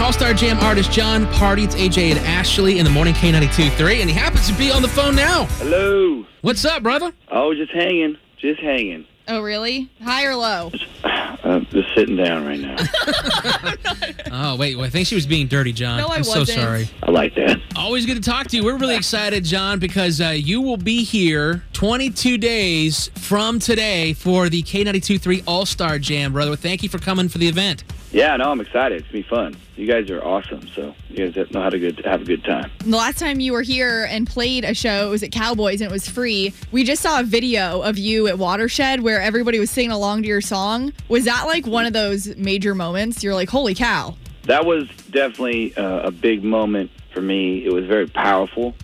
All Star Jam artist John Party. It's AJ and Ashley in the morning K92 3, and he happens to be on the phone now. Hello. What's up, brother? Oh, just hanging. Just hanging. Oh, really? High or low? I'm just sitting down right now. Oh, wait. Well, I think she was being dirty, John. No, I am so wasn't. sorry. I like that. Always good to talk to you. We're really excited, John, because uh, you will be here 22 days from today for the K92 3 All Star Jam, brother. Thank you for coming for the event. Yeah, no, I'm excited. It's gonna be fun. You guys are awesome. So you guys know how to good have a good time. The last time you were here and played a show, it was at Cowboys and it was free. We just saw a video of you at Watershed where everybody was singing along to your song. Was that like one of those major moments? You're like, holy cow. That was definitely uh, a big moment for me. It was very powerful.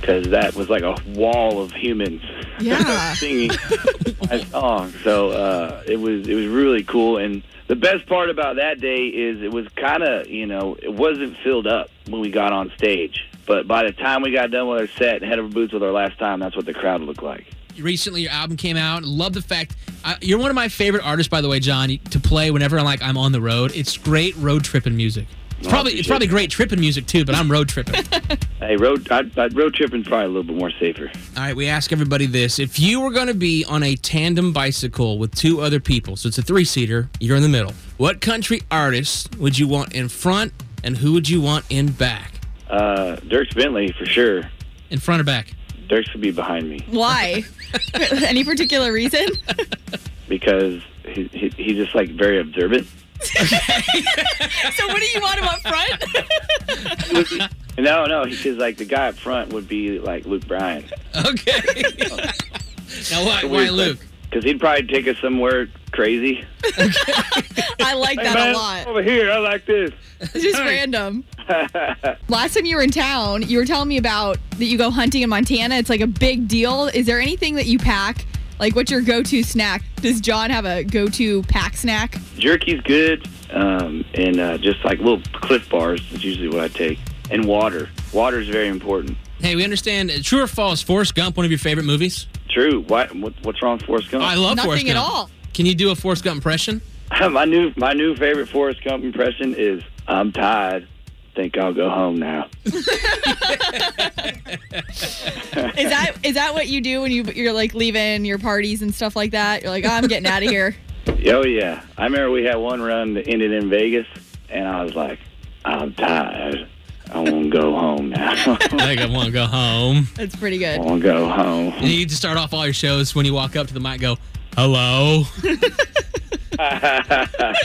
Because that was like a wall of humans Yeah. singing a song. So uh, it was it was really cool. And the best part about that day is it was kind of you know it wasn't filled up when we got on stage. But by the time we got done with our set and head over boots with our last time, that's what the crowd looked like. Recently, your album came out. Love the fact I, you're one of my favorite artists, by the way, John, to play whenever I'm like I'm on the road. It's great road tripping music. It's Well, I probably it's appreciate probably it. great tripping music too, but I'm road tripping. Hey, road I, I, road tripping's probably a little bit more safer. All right, we ask everybody this. If you were going to be on a tandem bicycle with two other people, so it's a three seater, you're in the middle, what country artist would you want in front and who would you want in back? Uh, Dirk's Bentley for sure. In front or back? Dirk's would be behind me Why? Any particular reason? because he, he, he's just like very observant. so, what do you want him up front? No, no, because like the guy up front would be like Luke Bryan. Okay. now, why, why Weird, Luke? Because he'd probably take us somewhere crazy. I like that a lot. over here. I like this. It's just All right. random. Last time you were in town, you were telling me about that you go hunting in Montana. It's like a big deal. Is there anything that you pack? Like, what's your go to snack? Does John have a go to pack snack? Jerky's good, um, and uh, just like little Cliff bars is usually what I take, and water. Water is very important. Hey, we understand. uh, True or false, Forrest Gump, one of your favorite movies? True. Why, what, what's wrong with Forrest Gump? I love Nothing Forrest at Gump. all. Can you do a Forrest Gump impression? my new my new favorite Forrest Gump impression is I'm tired. Think I'll go home now. Is that is that what you do when you you're like leaving your parties and stuff like that? You're like, I'm getting out of here. Oh yeah, I remember we had one run that ended in Vegas, and I was like, I'm tired. I want to go home now. I think I want to go home. That's pretty I good. want to go home. You need to start off all your shows when you walk up to the mic, go, hello,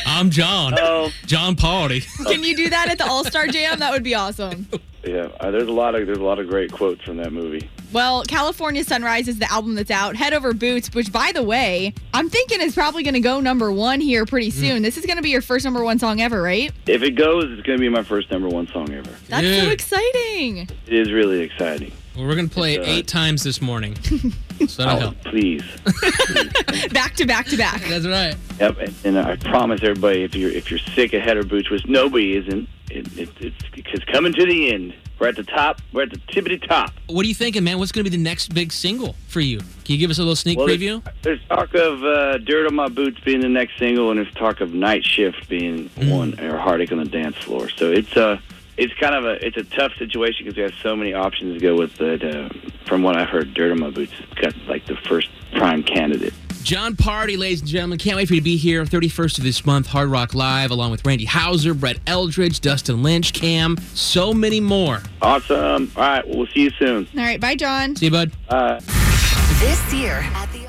I'm John. Oh. John Party. Can you do that at the All Star Jam? That would be awesome. Yeah, uh, there's a lot of there's a lot of great quotes from that movie. Well, California Sunrise is the album that's out. Head Over Boots, which, by the way, I'm thinking is probably going to go number one here pretty soon. This is going to be your first number one song ever, right? If it goes, it's going to be my first number one song ever. That's Dude. so exciting. It is really exciting. Well, we're gonna play it It's, uh, eight times this morning. so that'll Oh, help. please. Back to back to back. That's right. Yep, and, and I promise everybody, if you're if you're sick of header boots, which nobody isn't, it, it, it's it's coming to the end. We're at the top. We're at the tippity top. What are you thinking, man? What's gonna be the next big single for you? Can you give us a little sneak preview? There's, there's talk of uh, "Dirt on My Boots" being the next single, and there's talk of "Night Shift" being one, or "Heartache on the Dance Floor." So it's uh, it's kind of a it's a tough situation because we have so many options to go with. But uh, from what I've heard, "Dirt on My Boots" has got like the first prime candidate. John Party, ladies and gentlemen, can't wait for you to be here. 31st of this month, Hard Rock Live, along with Randy Hauser, Brett Eldridge, Dustin Lynch, Cam, so many more. Awesome. All right, we'll see you soon. All right, bye, John. See you, bud. Bye. This year at the